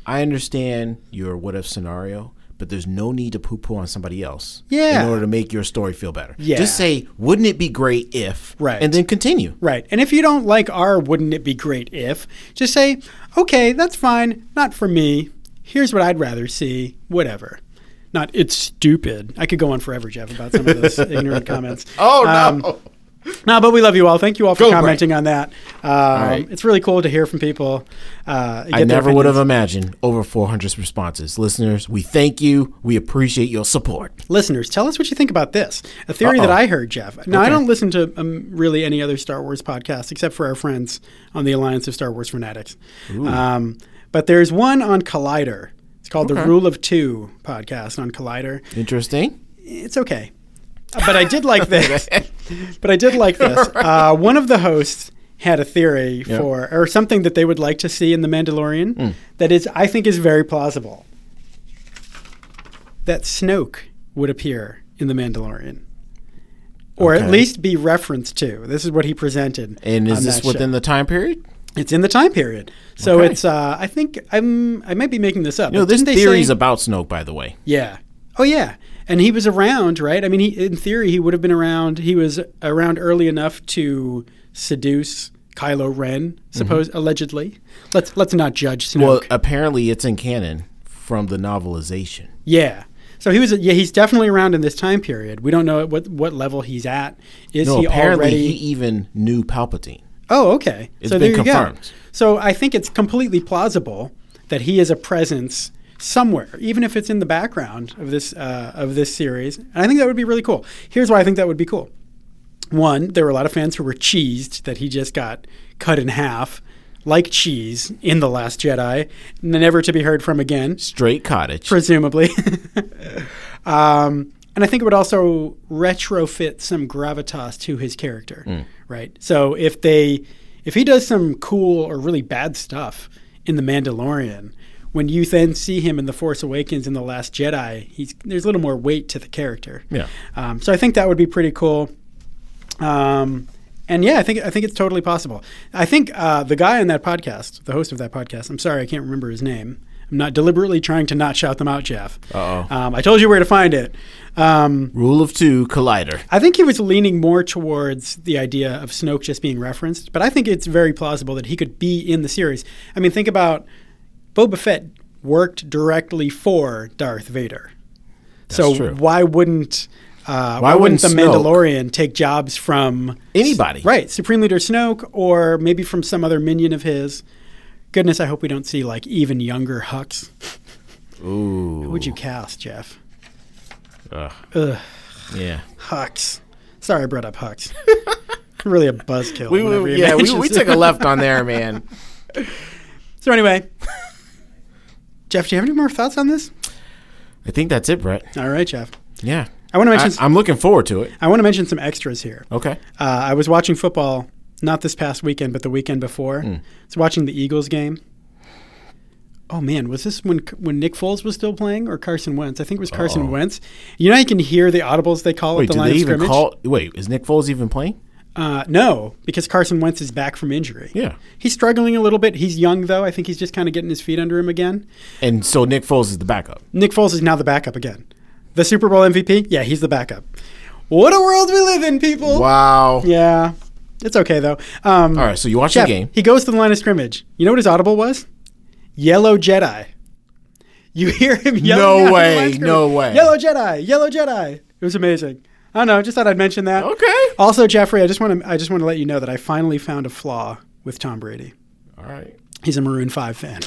A: I understand your what if scenario, but there's no need to poo poo on somebody else.
B: Yeah.
A: In order to make your story feel better.
B: Yeah.
A: Just say, wouldn't it be great if?
B: Right.
A: And then continue.
B: right. And if you don't like R, wouldn't it be great if? Just say, okay, that's fine, not for me. Here's what I'd rather see. Whatever. Not it's stupid. I could go on forever, Jeff, about some of those ignorant comments.
A: Oh,
B: Um, No, but we love you all. Thank you all for
A: Go, Brett.
B: commenting on that. Um,
A: right.
B: It's really cool to hear from people. Uh,
A: I never would have imagined over 400 responses. Listeners, we thank you. We appreciate your support.
B: Listeners, tell us what you think about this. A theory that
A: Uh-oh.
B: I heard, Jeff. Now, I don't listen to um, really any other Star Wars podcast except for our friends on the Alliance of Star Wars Fanatics. Um, but there's one on Collider. It's called the Rule of Two podcast on Collider.
A: Interesting.
B: it's okay. Uh, But I did like this. but I did like this. Uh, one of the hosts had a theory for, or something that they would like to see in The Mandalorian
A: Mm.
B: that is, I think, is very plausible. That Snoke would appear in The Mandalorian. Or at
A: Okay.
B: least be referenced to. This is what he presented.
A: And is
B: on
A: this
B: that show.
A: within the time period?
B: It's in the time period, so
A: Okay.
B: it's. Uh, I think I'm. I might be making this up.
A: No,
B: but
A: this
B: didn't they
A: theory
B: say-
A: is about Snoke, by the way.
B: yeah. Oh yeah. And he was around, right? I mean, he in theory he would have been around. He was around early enough to seduce Kylo Ren, suppose allegedly. Let's let's not judge Snoke.
A: Mm-hmm. Well, apparently it's in canon from the novelization.
B: yeah. So he was yeah, he's definitely around in this time period. We don't know at what what level he's at. Is
A: No,
B: he
A: apparently
B: already
A: he even knew Palpatine.
B: Oh, okay.
A: It's been confirmed.
B: So I think it's completely plausible that he is a presence somewhere, even if it's in the background of this uh, of this series. And I think that would be really cool. Here's why I think that would be cool. One, there were a lot of fans who were cheesed that he just got cut in half, like cheese, in the Last Jedi, never to be heard from again
A: Straight cottage.
B: presumably. um, and I think it would also retrofit some gravitas to his character, right? So if they, if he does some cool or really bad stuff in the Mandalorian, when you then see him in the Force Awakens and the Last Jedi, he's there's a little more weight to the character.
A: Yeah.
B: Um, so I think that would be pretty cool. Um, and yeah, I think I think it's totally possible. I think uh, the guy on that podcast, the host of that podcast, I'm sorry, I can't remember his name. I'm not deliberately trying to not shout them out, Jeff.
A: Uh-oh.
B: Um, I told you where to find it. Um,
A: Rule of two, Collider.
B: I think he was leaning more towards the idea of Snoke just being referenced, but I think it's very plausible that he could be in the series. I mean, think about Boba Fett worked directly for Darth Vader. so
A: true.
B: why wouldn't uh, why,
A: Why
B: wouldn't,
A: wouldn't
B: the
A: Snoke-
B: Mandalorian take jobs from
A: Anybody.
B: Right, Supreme Leader Snoke, or maybe from some other minion of his. Goodness, I hope we don't see like even younger Hux.
A: Ooh.
B: Who would you cast, Jeff?
A: Ugh.
B: Ugh,
A: Yeah.
B: Hux. Sorry, I brought up Hux. really a buzzkill.
A: We,
B: whenever
A: we,
B: he
A: yeah, we,
B: mentions
A: we
B: it.
A: took a left on there, man.
B: So anyway, Jeff, do you have any more thoughts on this?
A: I think that's it, Brett.
B: All right, Jeff.
A: Yeah.
B: I want to
A: I,
B: mention. I,
A: I'm looking forward to it.
B: want to mention some extras here.
A: Okay.
B: Uh, I was watching football not this past weekend, but the weekend before.
A: Hmm.
B: I was watching the Eagles game. Oh man, was this when when Nick Foles was still playing or Carson Wentz? I think it was Carson Wentz. You know, you can hear the audibles they call
A: Oh. Wait,
B: at the
A: do
B: line
A: they
B: of
A: even
B: scrimmage.
A: call? Wait, is Nick Foles even playing?
B: Uh, no, because Carson Wentz is back from injury.
A: Yeah.
B: He's struggling a little bit. He's young, though. I think he's just kind of getting his feet under him again.
A: And so Nick Foles is the backup.
B: Nick Foles is now the backup again. The Super Bowl MVP? Yeah, he's the backup. What a world we live in, people.
A: Wow.
B: Yeah. It's okay, though. Um,
A: All right, so you watch
B: Jeff,
A: the game.
B: He goes to the line of scrimmage. You know what his audible was? Yellow Jedi. You hear him yelling.
A: No
B: out
A: way,
B: the line of scrimmage,
A: no way.
B: Yellow Jedi. Yellow Jedi. It was amazing. I don't know. Just thought I'd mention that.
A: Okay.
B: Also, Jeffrey, I just want to I just want to let you know that I finally found a flaw with Tom Brady.
A: All right.
B: He's a Maroon Five fan.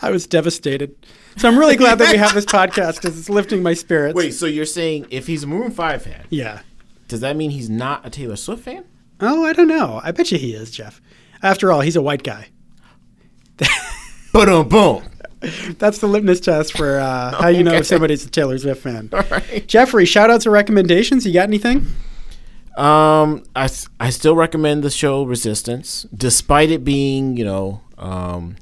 B: I was devastated. So I'm really glad that we have this podcast because it's lifting my spirits.
A: Wait, so you're saying if he's a Maroon 5 fan,
B: Yeah.
A: does that mean he's not a Taylor Swift fan?
B: Oh, I don't know. I bet you he is, Jeff. After all, he's a white guy.
A: Boom, boom.
B: That's the litmus test for uh, how you know if somebody's a Taylor Swift fan.
A: All right.
B: Jeffrey, shout outs or recommendations? You got anything?
A: Um, I, s- I still recommend the show Resistance, despite it being, you know, um,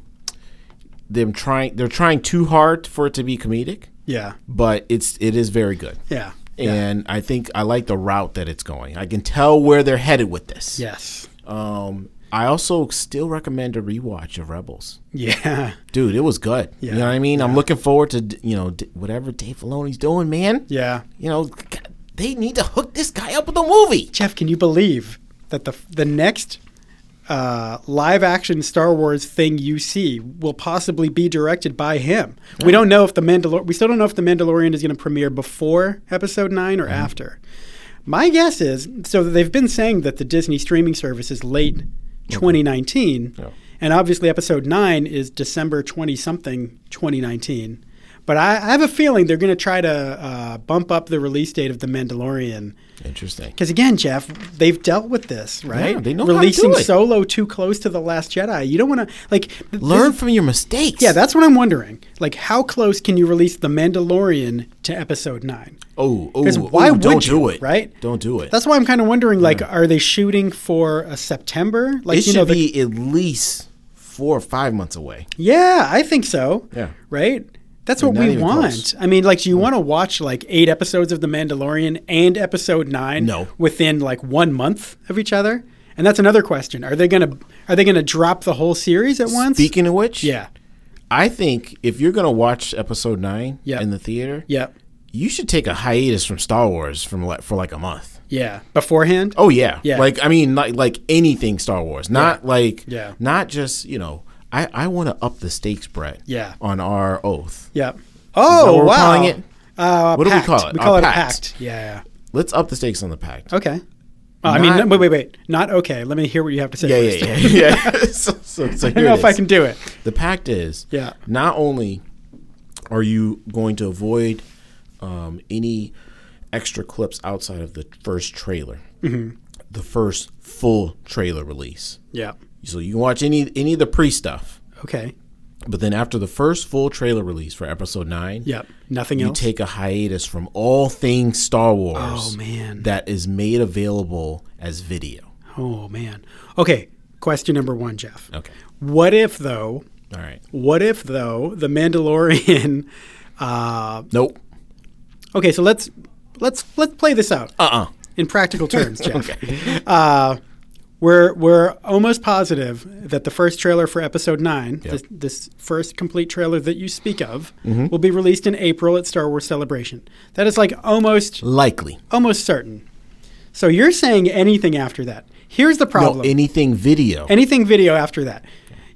A: them trying they're trying too hard for it to be comedic,
B: Yeah.
A: but it's it is very good.
B: Yeah.
A: And I think I like the route that it's going. I can tell where they're headed with this.
B: Yes.
A: Um, I also still recommend a rewatch of Rebels.
B: Yeah.
A: Dude, it was good. You know what I mean? I'm looking forward to d- you know d- whatever Dave Filoni's doing, man.
B: Yeah.
A: You know, g- they need to hook this guy up with a movie.
B: Jeff, can you believe that the the next uh, live action Star Wars thing you see will possibly be directed by him? We don't know if the Mandalor we still don't know if the Mandalorian is going to premiere before Episode Nine or after. My guess is so they've been saying that the Disney streaming service is late 2019,
A: Yeah.
B: and obviously Episode Nine is December 20 something 2019. But I, I have a feeling they're going to try to uh, bump up the release date of The Mandalorian
A: Interesting.
B: because again, Jeff, they've dealt with this, right?
A: Yeah, they know how to do
B: Releasing
A: it.
B: Solo too close to the Last Jedi. You don't want to like th- this
A: Learn
B: is-
A: from your mistakes.
B: yeah, that's what I'm wondering. Like, how close can you release the Mandalorian to Episode Nine?
A: Oh, oh,
B: 'Cause why
A: oh, don't
B: would you,
A: do it.
B: right?
A: Don't do it.
B: That's why I'm kind of wondering. Like, are they shooting for a September? Like,
A: it should
B: the-
A: be at least four or five months away.
B: yeah, I think so.
A: Yeah.
B: right. That's what
A: not
B: we
A: even
B: want.
A: close.
B: I mean, like, do you want to watch like eight episodes of The Mandalorian and Episode Nine?
A: No.
B: within like one month of each other. And that's another question: Are they gonna are they gonna drop the whole series at once?
A: Speaking of which,
B: Yeah.
A: I think if you're gonna watch episode nine
B: Yeah.
A: in the theater,
B: Yeah.
A: you should take a hiatus from Star Wars from like, for like a month.
B: Yeah. Beforehand.
A: Oh yeah,
B: Yeah.
A: Like I mean, like like anything Star Wars, not like
B: Yeah.
A: not just you know. I I want to up the stakes, Brett.
B: Yeah.
A: on our oath,
B: Yeah. Oh
A: what we're
B: wow.
A: calling it?
B: Uh,
A: What do we
B: pact.
A: call it?
B: We
A: A
B: call it a
A: pact.
B: pact. Yeah.
A: let's up the stakes on the pact.
B: Okay. Uh, I mean,
A: Not-
B: wait, wait, wait. Not okay. Let me hear what you have to say.
A: Yeah,
B: first.
A: yeah, yeah, yeah. so, so, so
B: I
A: here
B: don't know
A: it
B: if I
A: is.
B: can do it.
A: The pact is
B: Yeah.
A: Not only are you going to avoid um, any extra clips outside of the first trailer,
B: Mm-hmm.
A: the first full trailer release,
B: Yeah.
A: so you can watch any any of the pre stuff.
B: Okay.
A: But then after the first full trailer release for episode nine,
B: Yep. Nothing
A: you
B: else.
A: take a hiatus from all things Star Wars.
B: Oh, man.
A: that is made available as video.
B: oh man. Okay. Question number one, Jeff.
A: Okay,
B: What if though?
A: all right.
B: What if though the Mandalorian? Uh,
A: Nope.
B: okay, so let's let's let's play this out.
A: Uh uh
B: in practical terms, Jeff. uh, we're we're almost positive that the first trailer for episode nine, this, this first complete trailer that you speak of,
A: Mm-hmm.
B: will be released in April at Star Wars Celebration. That is like almost
A: Likely.
B: almost certain. So you're saying anything after that? Here's the
A: No,
B: problem:
A: anything video.
B: anything video after that.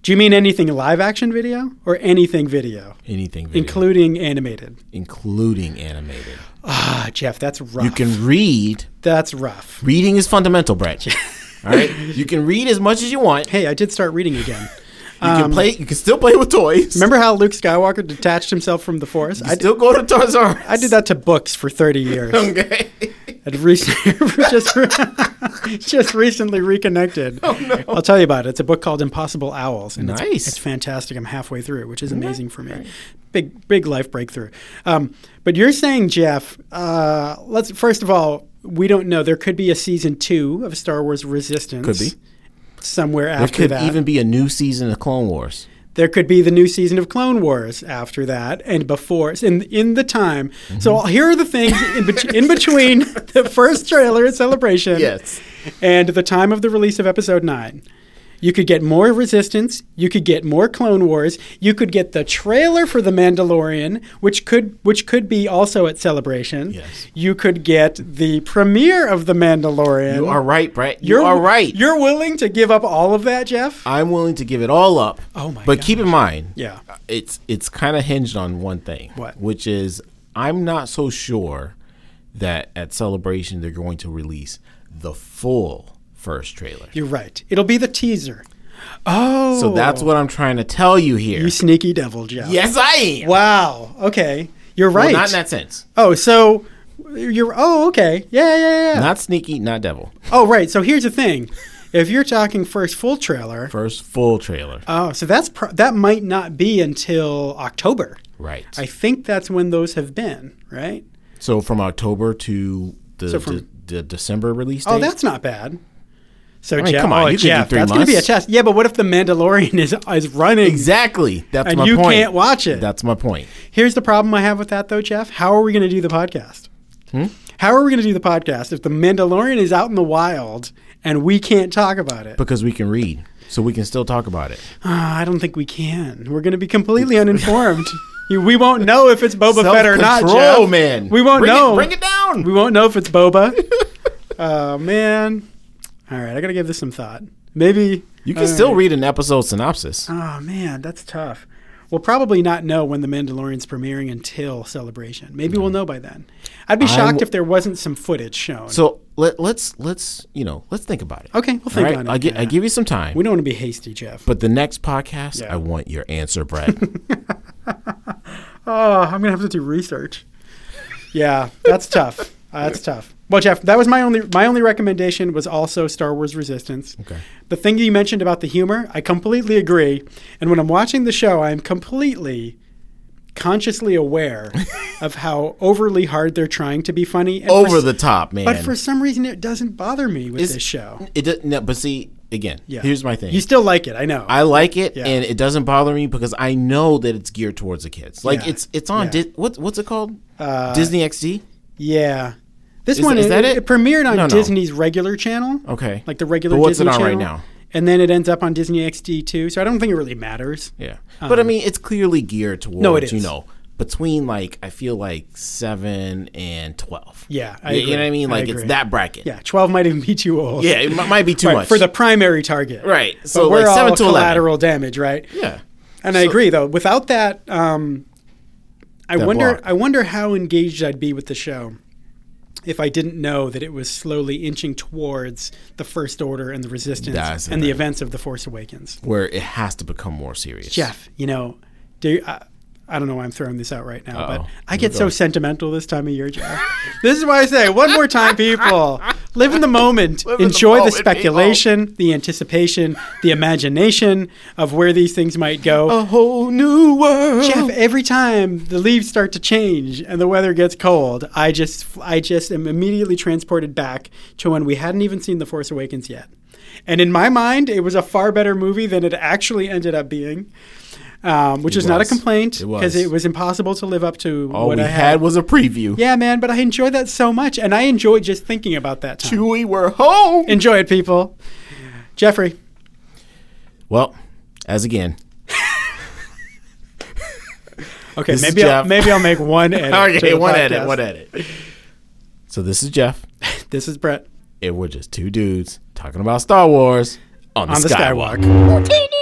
B: Do you mean anything live action video or anything video,
A: anything video,
B: including animated?
A: including animated.
B: Ah, Jeff, that's rough.
A: You can read.
B: that's rough.
A: Reading is fundamental, Brett. all right. You can read as much as you want. You
B: Hey, I did start reading again. Um,
A: can play. You can still play with toys.
B: Remember how Luke Skywalker detached himself from the Force?
A: You
B: I,
A: still go to Toys R Us.
B: I did that to books for 30 years.
A: Okay.
B: I'd recently, just, re- just recently reconnected. Oh, no. I'll tell you about it. It's a book called Impossible Owls. And
A: Nice.
B: It's, it's fantastic. I'm halfway through it, which is amazing for me. Big, big life breakthrough. Um, but you're saying, Jeff, uh, let's first of all, we don't know. There could be a season two of Star Wars Resistance.
A: Could be.
B: Somewhere
A: There
B: after
A: could
B: that.
A: even be a new season of Clone Wars.
B: There could be the new season of Clone Wars after that, and before in in the time. So
A: Mm-hmm.
B: here are the things in, bet- in between the first trailer at Celebration
A: Yes.
B: and the time of the release of Episode Nine. You could get more Resistance. You could get more Clone Wars. You could get the trailer for The Mandalorian, which could which could be also at Celebration.
A: Yes.
B: You could get the premiere of The Mandalorian.
A: You are right, Brett. You are right.
B: You're willing to give up all of that, Jeff?
A: I'm willing to give it all up.
B: Oh my
A: But keep in mind, uh,
B: Yeah.
A: it's it's kind of hinged on one thing,
B: What?
A: which is I'm not so sure that at Celebration they're going to release the full first trailer.
B: You're right. It'll be the teaser. Oh.
A: So that's what I'm trying to tell you here.
B: You sneaky devil, Jeff.
A: yes, I am.
B: Wow. Okay. You're
A: Well,
B: right.
A: not in that sense.
B: oh, so you're. Oh, okay. Yeah, yeah, yeah.
A: Not sneaky, not devil.
B: Oh, right. So here's the thing. If you're talking first full trailer,
A: First full trailer.
B: oh, so that's pro- that might not be until October.
A: right.
B: I think that's when those have been, right?
A: so from October to the,
B: So from-
A: de- de- December release date.
B: Oh, that's not bad. So
A: mean,
B: Jeff,
A: come on,
B: oh,
A: you could do
B: Jeff,
A: three
B: that's going to be a
A: months.
B: test. Yeah, but what if the Mandalorian is is running?
A: exactly. That's
B: And
A: my
B: you
A: point.
B: can't watch it.
A: That's my point.
B: Here's the problem I have with that though, Jeff. How are we going to do the podcast?
A: Hmm?
B: How are we going to do the podcast if the Mandalorian is out in the wild and we can't talk about it?
A: Because we can read, so we can still talk about it.
B: Ah, I don't think we can. We're going to be completely uninformed. You- we won't know if it's Boba Fett or not,
A: Self-control,
B: Jeff.
A: man.
B: We won't
A: Bring it-
B: know.
A: bring it down.
B: We won't know if it's Boba. oh man. All right, I got to give this some thought. Maybe
A: You can
B: all
A: still
B: right.
A: read an episode synopsis.
B: Oh man, that's tough. We'll probably not know when the Mandalorian's premiering until Celebration. Maybe we'll know by then. I'd be shocked
A: w-
B: if there wasn't some footage shown.
A: So let, let's let's you know let's think about it.
B: okay, we'll think on it.
A: I, gi-
B: yeah.
A: I give you some time.
B: we don't want to be hasty, Jeff.
A: but the next podcast,
B: Yeah.
A: I want your answer, Brett.
B: Oh, I'm gonna have to do research. Yeah, that's tough. Uh, that's tough. Well, Jeff, that was my only my only recommendation was also Star Wars Resistance.
A: Okay.
B: The thing you mentioned about the humor, I completely agree. And when I'm watching the show, I am completely consciously aware of how overly hard they're trying to be funny. And for
A: Over
B: s-
A: the top, man.
B: But for some reason, it doesn't bother me with
A: Is-
B: this show.
A: it does, no, but see again.
B: Yeah.
A: Here's my thing.
B: You still like it, I know.
A: I like it,
B: Yeah.
A: and it doesn't bother me because I know that it's geared towards the kids. Like
B: Yeah.
A: it's it's on
B: Yeah.
A: Dis- what, what's it called?
B: Uh,
A: Disney XD.
B: yeah. This
A: Is-
B: one
A: is that it?
B: premiered on
A: No, no.
B: Disney's regular channel.
A: Okay.
B: like the regular
A: But what's
B: Disney
A: it on right
B: Channel,
A: now?
B: And then it ends up on Disney XD too. So I don't think it really matters.
A: yeah, but I mean, it's clearly geared towards
B: No, it is.
A: you know between like I feel like seven and twelve.
B: Yeah, I
A: You- you know
B: agree.
A: what I mean?
B: I
A: Like it's
B: agree.
A: that bracket.
B: Yeah, twelve might even be too old.
A: Yeah, it mi- might be too
B: Right,
A: much
B: for the primary target.
A: Right,
B: But
A: so
B: we're
A: like
B: all
A: 7 to 11.
B: collateral damage, right?
A: yeah.
B: And I
A: So-
B: agree though. Without that, um, I
A: That
B: wonder.
A: block.
B: I wonder how engaged I'd be with the show if I didn't know that it was slowly inching towards the First Order and the Resistance
A: That's
B: and the
A: right.
B: events of the Force Awakens.
A: Where it has to become more serious.
B: Jeff, you know, do I, I don't know why I'm throwing this out right now, but
A: Uh-oh.
B: I get so sentimental this time of year, Jeff. this is why I say one more time, people, live in the moment,
A: in the
B: enjoy the,
A: moment,
B: speculation, the anticipation, the imagination of where these things might go.
A: A whole new world.
B: Jeff, every time the leaves start to change and the weather gets cold, I just I just am immediately transported back to when we hadn't even seen The Force Awakens yet. And in my mind, it was a far better movie than it actually ended up being, um, which is not a
A: was.
B: complaint
A: It
B: because
A: was.
B: it was impossible to live up to
A: All
B: what
A: we
B: I
A: had,
B: had.
A: was a preview.
B: Yeah, man, but I enjoy that so much, and I enjoy just thinking about that time.
A: Chewie, we're home.
B: Enjoy it, people. Jeffrey,
A: well, as again.
B: okay,
A: This is
B: maybe I'll,
A: Jeff.
B: maybe I'll make one edit. to
A: Okay,
B: the
A: one edit,
B: podcast.
A: one edit. So this is Jeff,
B: This is Brett
A: and we're just two dudes talking about Star Wars on the,
B: on the
A: Skywalk.
B: Skywalk.
C: Houdini!